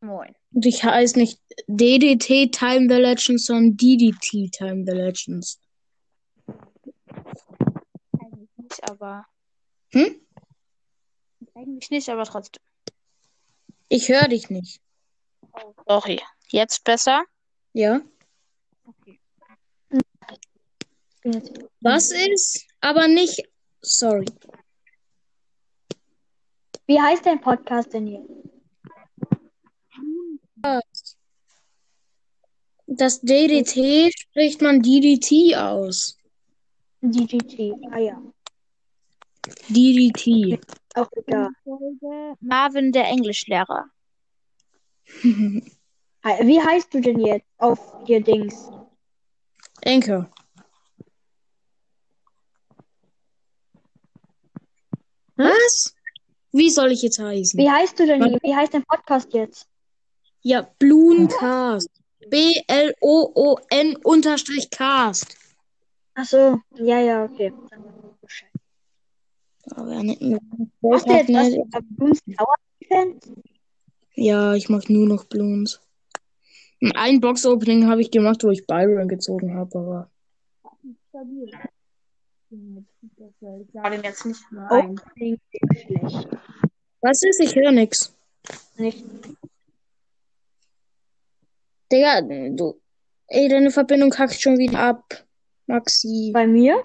Moin. Und ich heiße nicht DDT Time the Legends, sondern DDT Time the Legends. Eigentlich nicht, aber. Hm? Eigentlich nicht, aber trotzdem. Ich höre dich nicht. Sorry. Jetzt besser? Ja? Jetzt. Was ist? Aber nicht. Sorry. Wie heißt dein Podcast denn hier? Das DDT spricht man DDT aus. DGT. Ah ja. DDT. Auch egal. Folge Marvin, der Englischlehrer. Hi- Wie heißt du denn jetzt auf dir Dings? Enke. Was? Wie soll ich jetzt heißen? Wie heißt du denn hier? Wie heißt dein Podcast jetzt? Ja, Bluncast. B-L-O-O-N unterstrich Cast. Ach so. Ja, ja, okay. Aber nicht ne? mehr. Machst du jetzt was? auf Doom's Tower Defense? Ja, ich mach nur noch Bloons. Ein Box-Opening habe ich gemacht, wo ich Byron gezogen habe, aber. Ich sage den jetzt nicht mehr Oh, klingt schlecht. Was ist? Ich höre nix. Nicht. Digga, du. Ey, deine Verbindung hackt schon wieder ab. Maxi. Bei mir?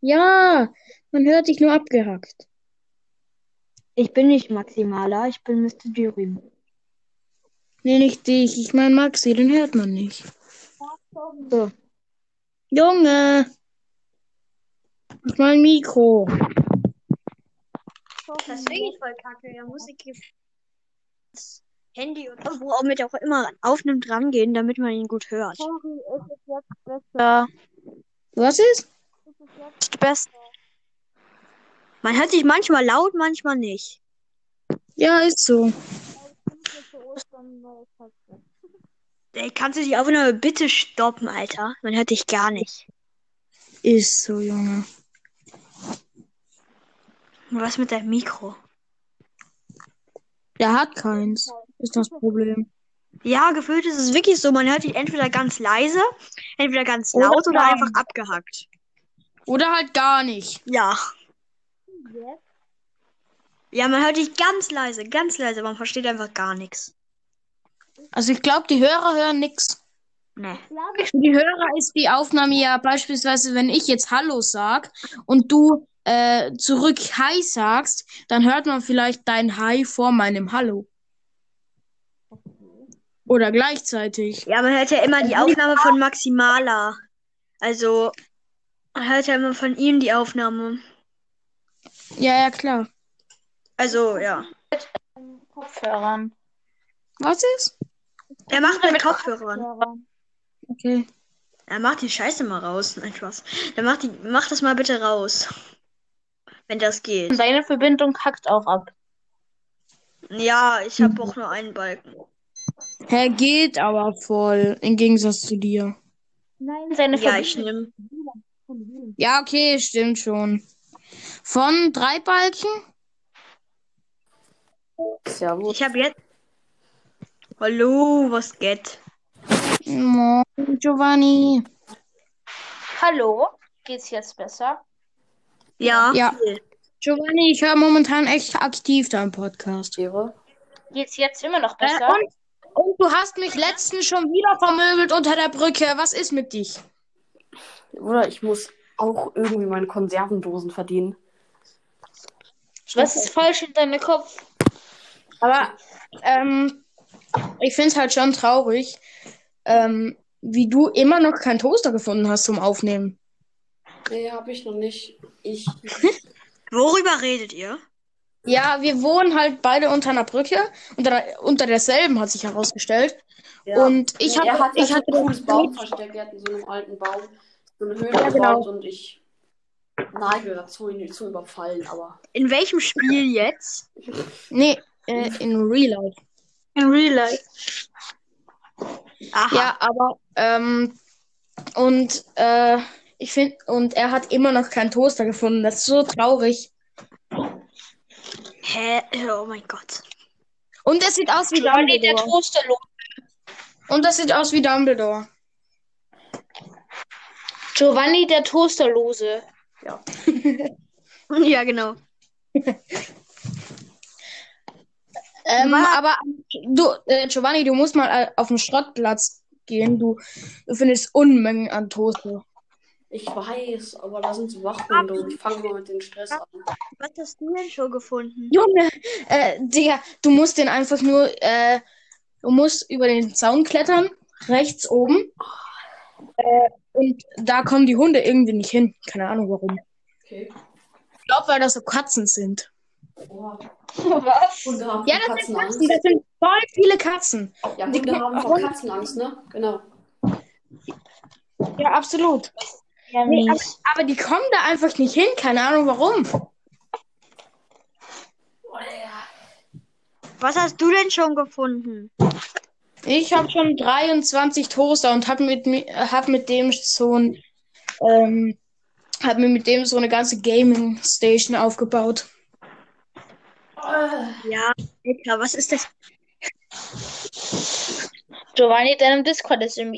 Ja, man hört dich nur abgehackt. Ich bin nicht Maximaler, ich bin Mr. Durim. Nee, nicht dich. Ich meine Maxi, den hört man nicht. So. Junge! Ich mein Mikro. Das ist wirklich voll kacke. Da muss ich hier das Handy oder wo auch mit auch immer aufnimmt rangehen, damit man ihn gut hört. Sorry, es ist jetzt besser. Was ist? Ist besser. Man hört sich manchmal laut, manchmal nicht. Ja, ist so. Ey, kannst du die Aufnahme bitte stoppen, Alter? Man hört dich gar nicht. Ist so, Junge. Und was mit deinem Mikro? Der hat keins. Ist das Problem. Ja, gefühlt ist es wirklich so. Man hört dich entweder ganz leise, entweder ganz Oder laut oder nein. einfach abgehackt. Oder halt gar nicht. Ja. Ja, man hört dich ganz leise, ganz leise, aber man versteht einfach gar nichts. Also ich glaube, die Hörer hören nix. Nee. Für die Hörer ist die Aufnahme ja beispielsweise, wenn ich jetzt Hallo sag und du äh, zurück Hi sagst, dann hört man vielleicht dein Hi vor meinem Hallo. Oder gleichzeitig. Ja, man hört ja immer die Aufnahme von Maximala. Also, man hört ja immer von ihm die Aufnahme. Ja, ja, klar. Also, ja. Kopfhörern. Was ist? Er macht mit Kopfhörern. Okay. Er macht die Scheiße mal raus. Nein, Spaß. Er macht, die, macht das mal bitte raus. Wenn das geht. Deine Verbindung hackt auch ab. Ja, ich habe auch nur einen Balken. Hä, geht aber voll. Im Gegensatz zu dir. Nein, seine Ja, ich Verbindung. nehme. Ja, okay, stimmt schon. Von drei Balken? Ich habe jetzt. Hallo, was geht? Moin, Giovanni. Hallo? Geht's jetzt besser? Ja. Ja. viel. Giovanni, ich höre momentan echt aktiv deinen Podcast. Geht's jetzt immer noch Äh, besser? und, und du hast mich letztens schon wieder vermöbelt unter der Brücke. Was ist mit dich? Oder ich muss auch irgendwie meine Konservendosen verdienen. Was ist falsch in deinem Kopf? Aber ähm, ich finde es halt schon traurig, ähm, wie du immer noch keinen Toaster gefunden hast zum Aufnehmen. Nee, habe ich noch nicht. Ich. Worüber redet ihr? Ja, wir wohnen halt beide unter einer Brücke. Unter, unter derselben hat sich herausgestellt. Und ich er habe hat ich ich so hatte ein cooles Baumversteck. Er hat in so einem alten Baum so eine Höhle Ja, genau. gebaut und ich neige dazu, ihn zu überfallen. Aber In welchem Spiel jetzt? Nee, äh, in Real Life. In Real Life. Aha. Ja, aber ähm, und äh, ich finde und er hat immer noch keinen Toaster gefunden. Das ist so traurig. Hä? Oh mein Gott. Und es sieht aus wie Johnny, der Dumbledore. Toasterlohn. Und das sieht aus wie Dumbledore. Giovanni, der Toasterlose. Ja, genau. Ähm, Was? aber du, äh, Giovanni, du musst mal äh, auf den Schrottplatz gehen. Du, du findest Unmengen an Toaster. Ich weiß, aber da sind so Wachhunde und ich fange mal mit dem Stress an. Was hast du denn schon gefunden? Junge, äh, Digga, du musst den einfach nur, äh, du musst über den Zaun klettern, rechts oben. Äh, und da kommen die Hunde irgendwie nicht hin. Keine Ahnung warum. Okay. Ich glaube, weil das so Katzen sind. Oha. Was? Oh. Hunde haben Ja, vor das sind Katzenangst. Katzen. Das sind voll viele Katzen. Ja, Die- Hunde haben vor Katzenangst, ne? Genau. Ja, absolut. Ja, Nee, aber, mies. aber die kommen da einfach nicht hin. Keine Ahnung warum. Oh, ja. Was hast du denn schon gefunden? Ich habe schon 23 Toaster und habe mit, mi- hab mit dem so ein, ähm, hab mir mit dem so eine ganze Gaming Station aufgebaut. Ja, Alter, was ist das? Giovanni, deinem Discord ist eben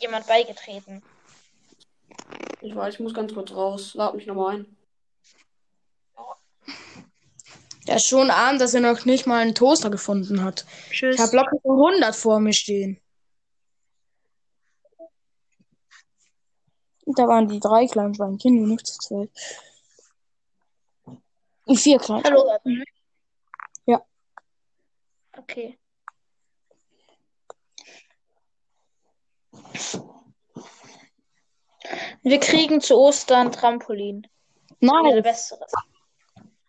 jemand beigetreten. Ich weiß, ich muss ganz kurz raus. Lad mich nochmal ein. Der ist schon arm, dass er noch nicht mal einen Toaster gefunden hat. Tschüss. Ich habe locker so 100 vor mir stehen. Da waren die drei kleinen Schweinchen, nur noch zu zweit. Die vier kleinen. Hallo, Erwin. Ja. Okay. Wir kriegen zu Ostern Trampolin. Unser Nein, Besseres.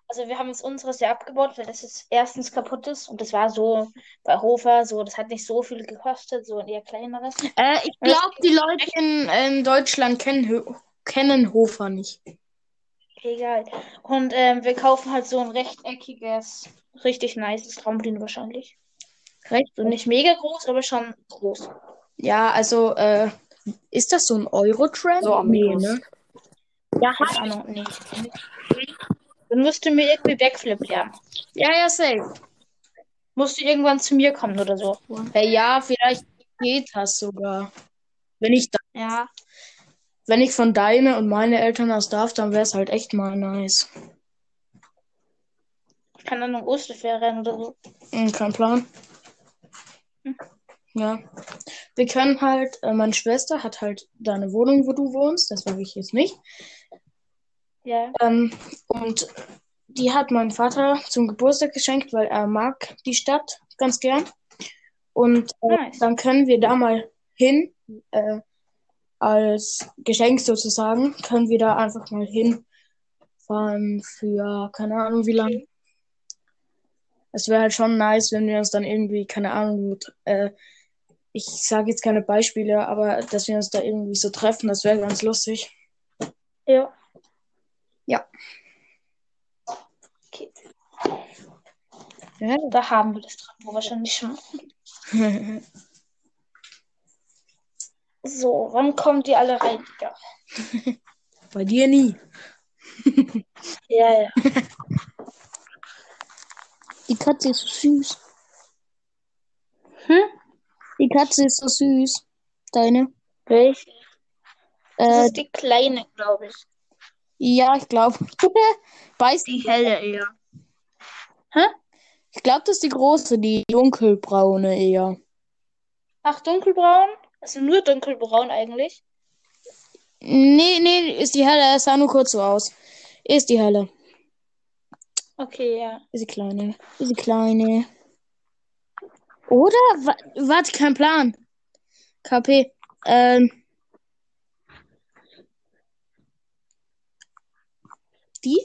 Also wir haben uns unseres ja abgebaut, weil das jetzt erstens kaputt ist und das war so bei Hofer so, das hat nicht so viel gekostet, so ein eher kleineres. äh, ich glaube, die Leute in, in Deutschland kennen, Hö- kennen Hofer nicht. Egal. Und ähm, wir kaufen halt so ein rechteckiges, richtig nices Trampolin wahrscheinlich. Recht So nicht mega groß, aber schon groß. Ja, also, äh, ist das so ein Euro-Tramp? So, Amigos. ne? Ja, keine Ahnung, nicht. Dann musst du mir irgendwie Backflip lernen. Ja, ja, safe. Musst du irgendwann zu mir kommen oder so. Ja, Äh, ja, vielleicht geht das sogar. Wenn ich, da, Ja. wenn ich von deine und meine Eltern aus darf, dann wäre es halt echt mal nice. Keine Ahnung, Osterferien oder so. Hm, kein Plan. Ja. Wir können halt, äh, meine Schwester hat halt deine Wohnung, wo du wohnst, das sage ich jetzt nicht. Ja. Ähm, und die hat mein Vater zum Geburtstag geschenkt, weil er mag die Stadt ganz gern. Und äh, Nice. dann können wir da mal hin, äh, als Geschenk sozusagen, können wir da einfach mal hinfahren für keine Ahnung wie lange. Es wäre halt schon nice, wenn wir uns dann irgendwie, keine Ahnung, mit, äh, ich sage jetzt keine Beispiele, aber dass wir uns da irgendwie so treffen, das wäre ganz lustig. Ja. Ja. Okay. Ja. Da haben wir das Trampo wahrscheinlich schon. So, wann kommt ihr alle rein? Ja, Bei dir nie. ja. ja. Die Katze ist so süß. Hm? Die Katze ist so süß. Deine. Welche? Das Äh, ist die kleine, glaube ich. ja, ich glaube. Beißt. Die helle eher. Ich glaube, das ist die große, die dunkelbraune eher. Ach, dunkelbraun? Das sind Also nur dunkelbraun eigentlich. Nee, nee, ist die helle. Es sah nur kurz so aus. Ist die helle. Okay, ja. Ist die kleine. Ist die kleine. Oder? Wa warte, kein Plan. KP. Ähm. Die?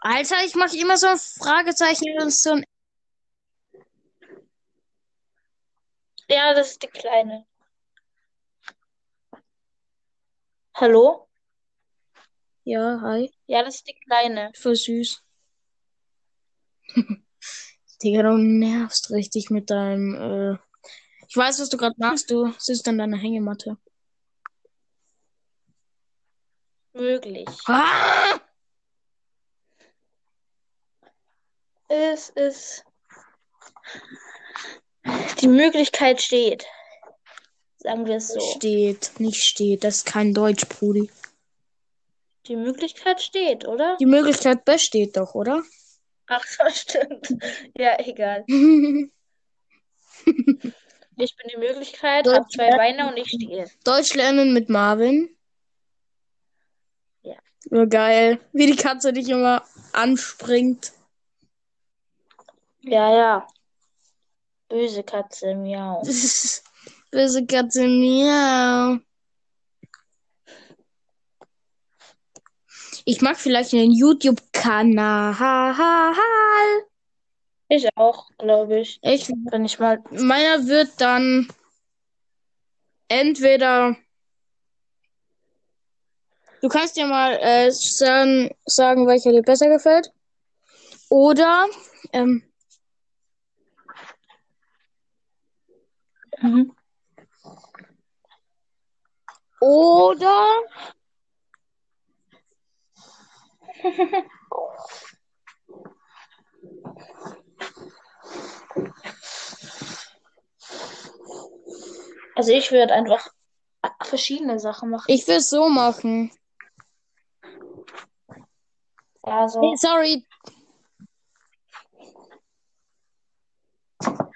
Alter, ich mache immer so ein Fragezeichen und so ein. Ja, das ist die kleine. Hallo? Ja, hi. Ja, das ist die kleine. Voll süß. Digga, du nervst richtig mit deinem. Äh... Ich weiß, was du gerade machst. Du sitzt an deiner Hängematte. Möglich. Ah! Es ist Die Möglichkeit steht. Sagen wir es so. Steht, nicht steht. Das ist kein Deutsch, Brudi. Die Möglichkeit steht, oder? Die Möglichkeit besteht doch, oder? Ach so, stimmt. Ja, egal. Ich bin die Möglichkeit, hab zwei Beine und ich stehe. Deutsch lernen mit Marvin. Ja. Nur geil. Wie die Katze dich immer anspringt. Ja, ja. Böse Katze, miau. Böse Katze, miau. Ich mag vielleicht einen YouTube-Kanal. Ich auch, glaube ich. Ich, Wenn ich mal. meiner wird dann entweder. Du kannst dir mal äh, sagen, sagen, welcher dir besser gefällt. Oder ähm, Oder. Also ich würde einfach verschiedene Sachen machen. Ich will es so machen. Ja, so. Nee, sorry.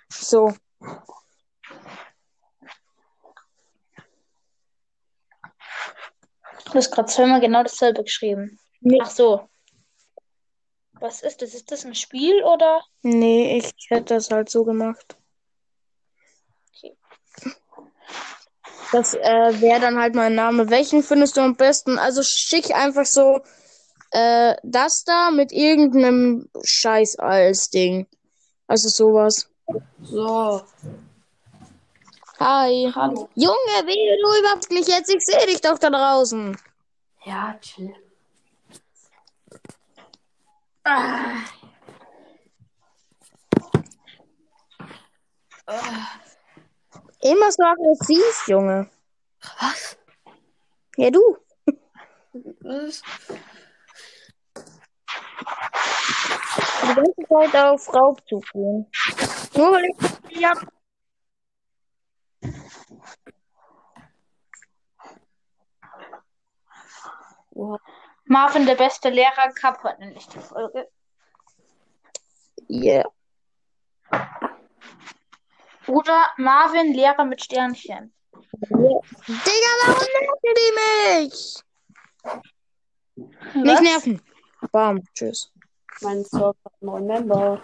So. Du hast gerade zweimal genau dasselbe geschrieben. Nee. Ach so. Was ist das? Ist das ein Spiel oder? Nee, ich hätte das halt so gemacht. Okay. Das äh, wäre dann halt mein Name. Welchen findest du am besten? Also schick einfach so äh, das da mit irgendeinem Scheiß als Ding. Also sowas. So. Hi. Hallo. Junge, wehe, du überhaupt mich jetzt. Ich sehe dich doch da draußen. Ja, chill. Immer so aggressiv, Junge. Was? Ja, du. Was? Die ganze Zeit halt auf Raubzug gehen. Nur weil ich ja. Marvin, der beste Lehrer, Cup hat nämlich die Folge. Yeah. Oder Marvin, Lehrer mit Sternchen. Digga, warum nerven die mich? Was? Hm, Nicht nerven. Bam, tschüss. Mein Server hat neuen Member.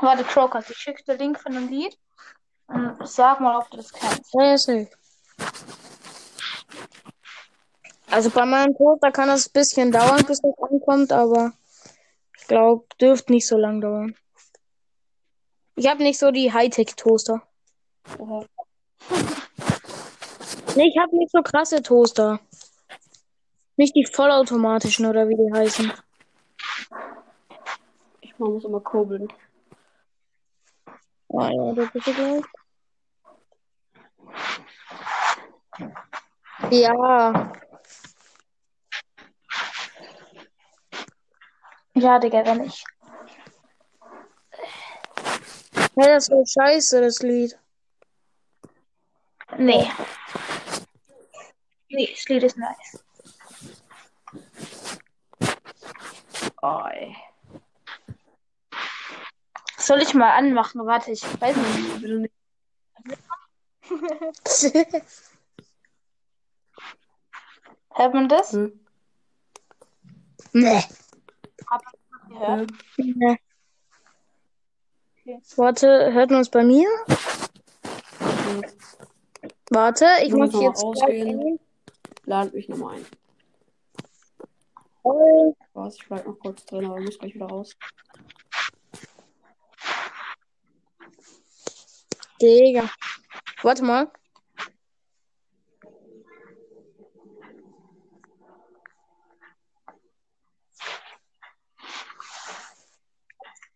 Warte, Crocus, ich schicke dir den Link von dem Lied. Und sag mal, ob du das kennst. Ja, ja, safe. Also bei meinem Tod, da kann das ein bisschen dauern, bis das ankommt, aber ich glaube, dürfte nicht so lang dauern. Ich habe nicht so die Hightech-Toaster. Oha. Nee, ich habe nicht so krasse Toaster. Nicht die vollautomatischen oder wie die heißen. Ich man muss immer kurbeln. Ah ja, da bist du gleich. Ja, Ja, Digga, wenn ich. hey, das ist so scheiße, das Lied. Nee. Nee, das Lied ist nice. Oi. Soll ich mal anmachen? Warte, ich weiß nicht. Hört man das? Hm. nee. Gehört? Nee. Warte, hört man es bei mir? Warte, ich Du mach musst noch mal jetzt gleich auswählen. ein. Lad mich nochmal ein. Oh, Was? Ich bleib noch kurz drin, aber muss gleich wieder raus. Digga. Warte mal.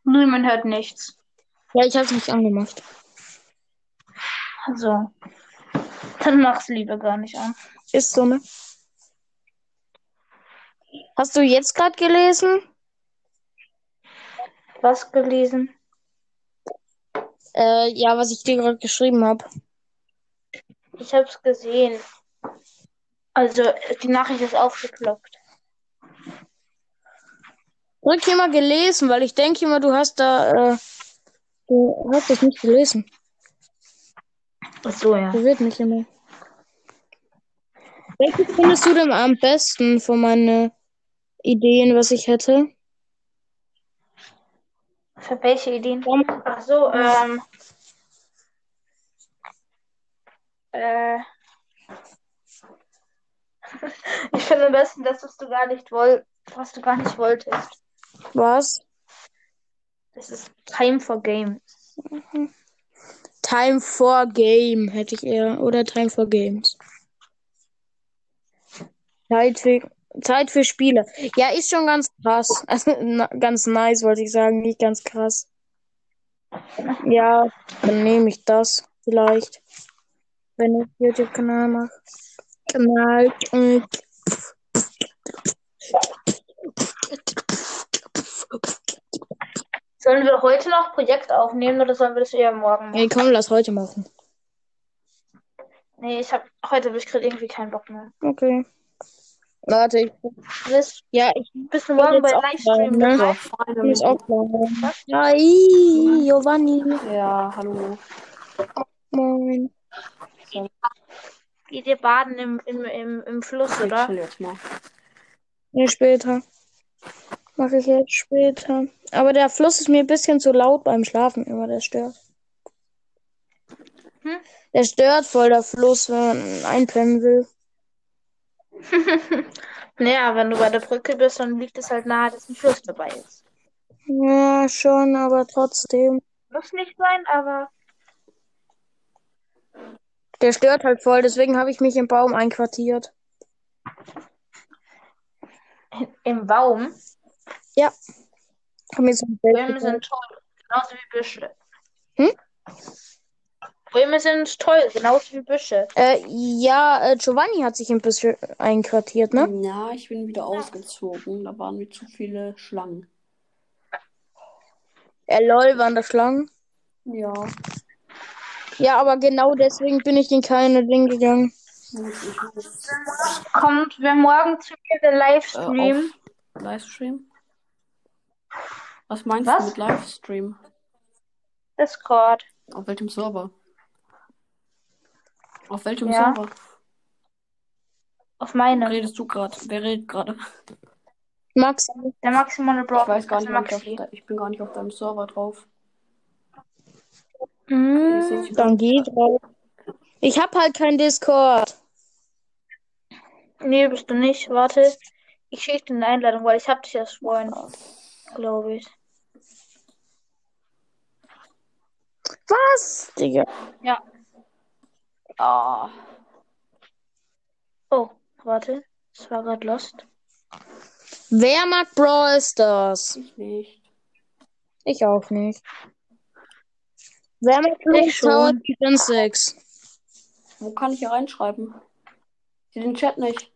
Nö, man hört nichts. Ja, ich hab's nicht angemacht. Also, dann mach's lieber gar nicht an. Ist so, ne? Hast du jetzt gerade gelesen? was gelesen? Äh, ja, was ich dir gerade geschrieben habe. Ich hab's gesehen. Also, die Nachricht ist aufgeploppt. Drück hier mal gelesen, weil ich denke immer, du hast da, äh, du hast das nicht gelesen. Ach so, ja. Verwirrt mich immer. Welches findest du denn am besten von meinen Ideen, was ich hätte? Für welche Ideen? Ach so, Hm. ähm. Äh. Ich finde am besten das, was du gar nicht woll was du gar nicht wolltest. Was? Das ist Time for Game. Time for Game hätte ich eher. Oder Time for Games. Zeit für, Zeit für Spiele. Ja, ist schon ganz krass. Also, na, ganz nice, wollte ich sagen. Nicht ganz krass. Ja, dann nehme ich das vielleicht. Wenn ich YouTube-Kanal mache. Kanal. äh, Sollen wir heute noch Projekt aufnehmen oder sollen wir das eher morgen machen? Ey, komm, lass heute machen. Nee, ich hab, heute habe ich gerade irgendwie keinen Bock mehr. Okay. Warte, ich, Bis, ja, ich bis morgen jetzt bei auch bleiben, Livestream. ne? So, dabei. Freunde. bin jetzt auch klar. Ja, ii, Giovanni. Ja, hallo. Moin. Geht ihr baden im, im, im, im Fluss, Ich oder? chill jetzt mal. Nee, später. Mache ich jetzt später. Aber der Fluss ist mir ein bisschen zu laut beim Schlafen immer, der stört. Hm? Der stört voll der Fluss, wenn man einpennen will. Naja, wenn du bei der Brücke bist, dann liegt es halt nahe, dass ein Fluss dabei ist. Ja, schon, aber trotzdem. Muss nicht sein, aber Der stört halt voll, deswegen habe ich mich im Baum einquartiert. im Baum. Hab mir so ein Zelt Bäume gebaut. sind toll, genauso wie Büsche. Hm? Bäume sind toll, genauso wie Büsche. Äh, ja, äh, Giovanni hat sich ein bisschen einquartiert, ne? Ja, ich bin wieder ausgezogen. Da waren mir zu viele Schlangen. Äh, lol, waren da Schlangen. Ja, Ja, aber genau deswegen bin ich in keine Ding gegangen. gut, ich muss Kommt wer morgen zu mir der äh, Livestream? auf Livestream. Was meinst Was? du mit Livestream? Discord. Auf welchem Server? Auf welchem Ja. Server Auf meine. redest du gerade? Wer redet gerade? Max, Der maximale Ich Brock. weiß gar nicht, der ob ich, auf Maxi. de- ich bin gar nicht auf deinem Server drauf. Mm, Ich- dann geh drauf. Ich hab halt kein Discord. nee, bist du nicht. Warte. Ich schicke dir eine Einladung, weil ich hab dich als Freund. Glaube ich. Was? Digga. Ah, Oh, warte. Das war gerade lost. Wer mag Brawl Stars? ich nicht. Ich auch nicht. Wer mag Brawl schon. Stars Defense 6? Wo kann ich hier reinschreiben? Ich sehe den Chat nicht.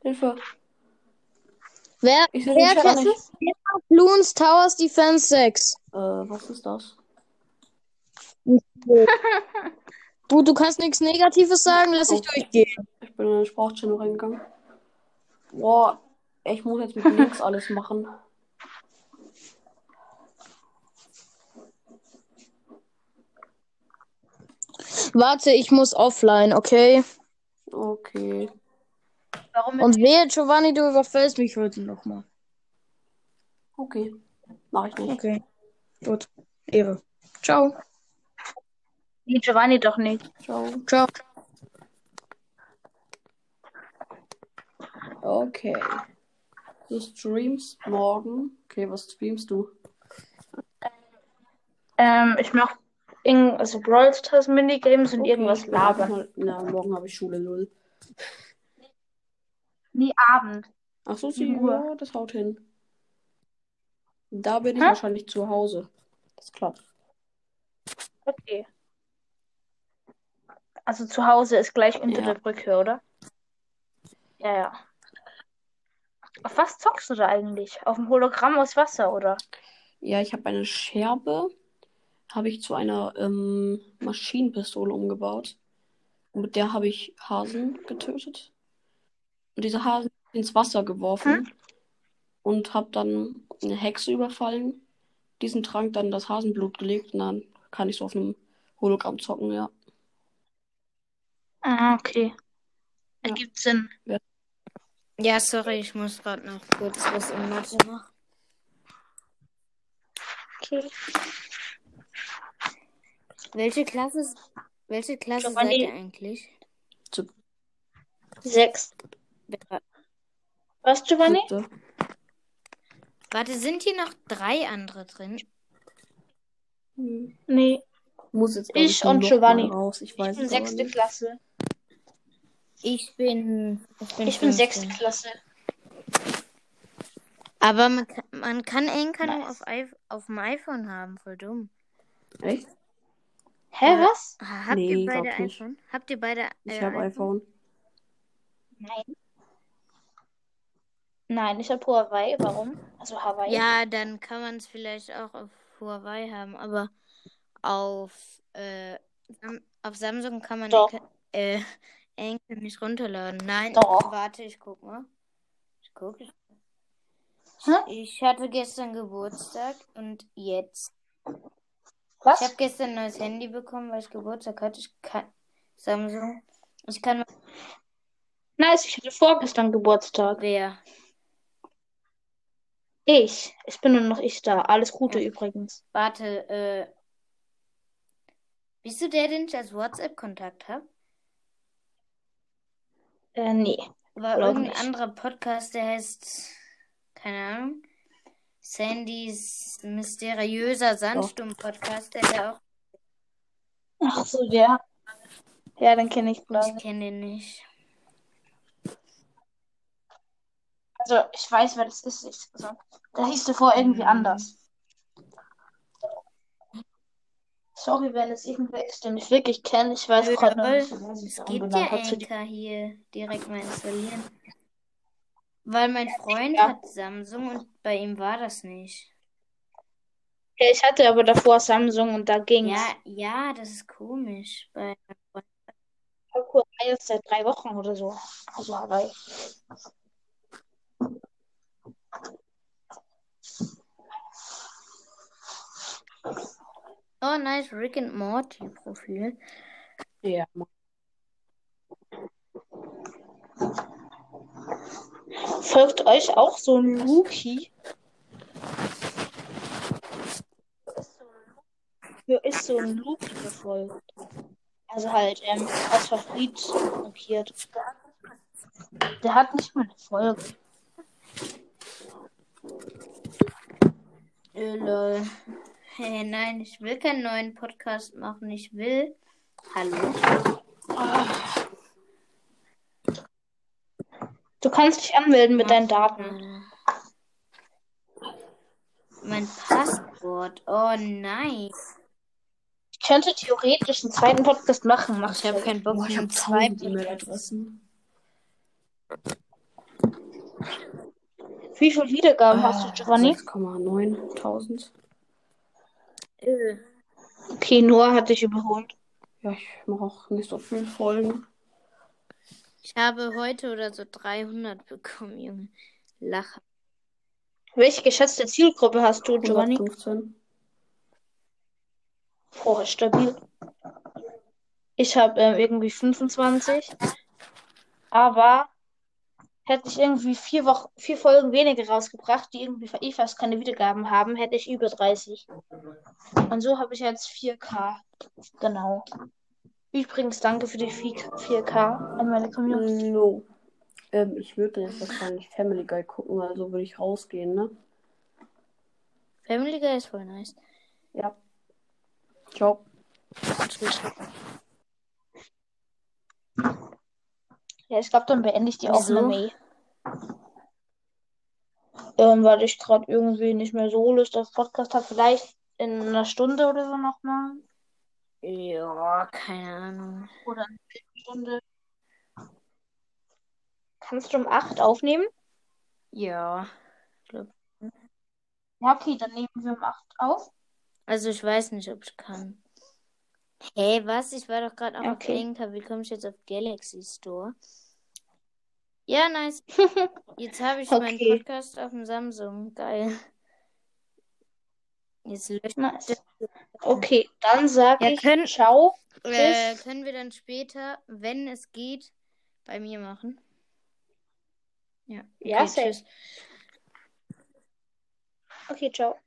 Hilfe. Wer, Ich sehe den wer Chat kennt nicht. Bloons Towers Defense 6? Äh, was ist das? Gut, du kannst nichts Negatives sagen, lass ich durchgehen. Ich bin in den Sprachchannel reingegangen. Boah, ich muss jetzt mit links alles machen. Warte, ich muss offline, okay? Okay. Warum Und wehe, Giovanni, du überfällst mich heute nochmal. Okay. Mach ich nicht. Okay. Gut. Ehre. Ciao. Nee, Giovanni doch nicht. Ciao. Ciao. Okay. Du streamst morgen. Okay, was streamst du? Ähm, ich mach irgend also Brawl Stars Minigames und Okay, irgendwas ich bin einfach labern. mal- Na, morgen habe ich Schule, lol. Nie Abend. Ach so, sie, Sieben Uhr. ja, das haut hin. Da bin ich Hä? wahrscheinlich zu Hause. Das klappt. Okay. Also zu Hause ist gleich unter Ja. der Brücke, oder? Ja, ja. Auf was zockst du da eigentlich? Auf dem Hologramm aus Wasser, oder? Ja, ich habe eine Scherbe, habe ich zu einer ähm, Maschinenpistole umgebaut. Und mit der habe ich Hasen getötet. Und diese Hasen ins Wasser Hm? geworfen und habe dann eine Hexe überfallen. Diesen Trank dann das Hasenblut gelegt und dann kann ich so auf einem Hologramm zocken, ja. Ah, okay. Ergibt Sinn. Ja, sorry, ich muss gerade noch kurz was in Mathe machen. Okay. Welche Klasse, s- welche Klasse seid Giovanni. ihr eigentlich? Sechs. Wer- Was, Giovanni? Siebte. Warte, sind hier noch drei andere drin? Hm. Nee. Muss jetzt, glaub Ich nur und noch Giovanni. mal raus. Ich weiß Ich bin es aber sechste nicht. Klasse. Ich bin. Ich bin, Ich bin 15. sechste Klasse. Aber man kann, man kann Enkanum Nice. auf, I- auf dem iPhone haben, voll dumm. Echt? Hä, Ja. was? Ah, Habt Nee, ihr beide glaub nicht. iPhone? Habt ihr beide Ich äh, habe iPhone. Nein, ich habe Huawei. Warum? Also Hawaii. Ja, dann kann man es vielleicht auch auf Huawei haben, aber auf, äh, Sam- auf Samsung kann man Doch. Enke- äh, Enkel nicht runterladen. Nein, Doch. warte, ich guck mal. Ich guck. Hä? Ich hatte gestern Geburtstag und jetzt. was? Ich habe gestern ein neues Handy bekommen, weil ich Geburtstag hatte. Ich kann Samsung. Ich kann Nice, ich hatte vorgestern Geburtstag. wer? Ich. Es bin nur noch ich da. Alles Gute übrigens. Warte, äh. Bist du der, den ich als WhatsApp-Kontakt habe? Äh, nee. War Glaub irgendein nicht. anderer Podcast, der heißt, keine Ahnung, Sandys mysteriöser Sandsturm-Podcast, der da auch, Ach so, ja. Ja, dann kenne ich glaube ich kenne den nicht. Also, ich weiß, wer das ist. Ich, also, da hieß davor irgendwie Mhm. anders. Sorry, wenn es irgendwer ist, den ich wirklich kenne. Ich weiß Nö, gerade noch aber nicht, wer sich Es daran gibt ja benannt hat. Zu die- Anchor hier direkt mal installieren. Weil mein Freund Ja. hat Samsung und bei ihm war das nicht. Ja, ich hatte aber davor Samsung und da ging's. Ja, ja, das ist komisch. Bei Hawaii ist seit drei Wochen oder so. Also Hawaii. Oh, nice, Rick and Morty Profil. Ja. Folgt euch auch so ein Luki? Mir ist so ein Luki gefolgt. Also halt ähm, als Favorit markiert. Der hat nicht mal eine Folge. Äh, lol. Hey, nein, ich will keinen neuen Podcast machen. Ich will. Hallo. Du kannst dich anmelden mit deinen Daten. Äh, Mein Passwort. Oh nein. Ich könnte theoretisch einen zweiten Podcast machen. Mach Ich habe keinen Bock Boah, ich habe mit zwei tausend E-Mail-Adressen. Wie viele Äh, Wiedergaben hast du, Giovanni? 6,9000. Okay, Noah hat dich überholt. Ja, ich mache auch nicht so viele Folgen. Ich habe heute oder so 300 bekommen, Junge. Lache. Welche geschätzte Zielgruppe hast du, Giovanni? 115. Boah, ist stabil. Ich habe ähm, irgendwie 25. Aber hätte ich irgendwie vier, Wochen, vier Folgen weniger rausgebracht, die irgendwie eh fast keine Wiedergaben haben, hätte ich über 30. Und so habe ich jetzt 4K. Genau. Übrigens, danke für die 4K an meine Community. No. Ähm, ich würde jetzt wahrscheinlich Family Guy gucken, also würde ich rausgehen, ne? Family Guy ist voll nice. Ja. Ciao. Ja, ich glaube, dann beende ich die Wieso? Aufnahme. Ähm, weil ich gerade irgendwie nicht mehr so Lust auf Podcast habe. Vielleicht in einer Stunde oder so nochmal. Ja, keine Ahnung. Oder eine Stunde. Kannst du um 8 aufnehmen? Ja. Ja, okay, dann nehmen wir um 8 auf. Also ich weiß nicht, ob ich kann. Hey, was? Ich war doch gerade noch auf Okay. Enker. Wie komme ich jetzt auf Galaxy Store? Ja, nice. Jetzt habe ich meinen Okay. Podcast auf dem Samsung. Geil. Jetzt löscht. Nice. Okay, dann sage Ja, ich können- ciao. Äh, können wir dann später, wenn es geht, bei mir machen? Ja. Ja, okay, safe. tschüss. Okay, ciao.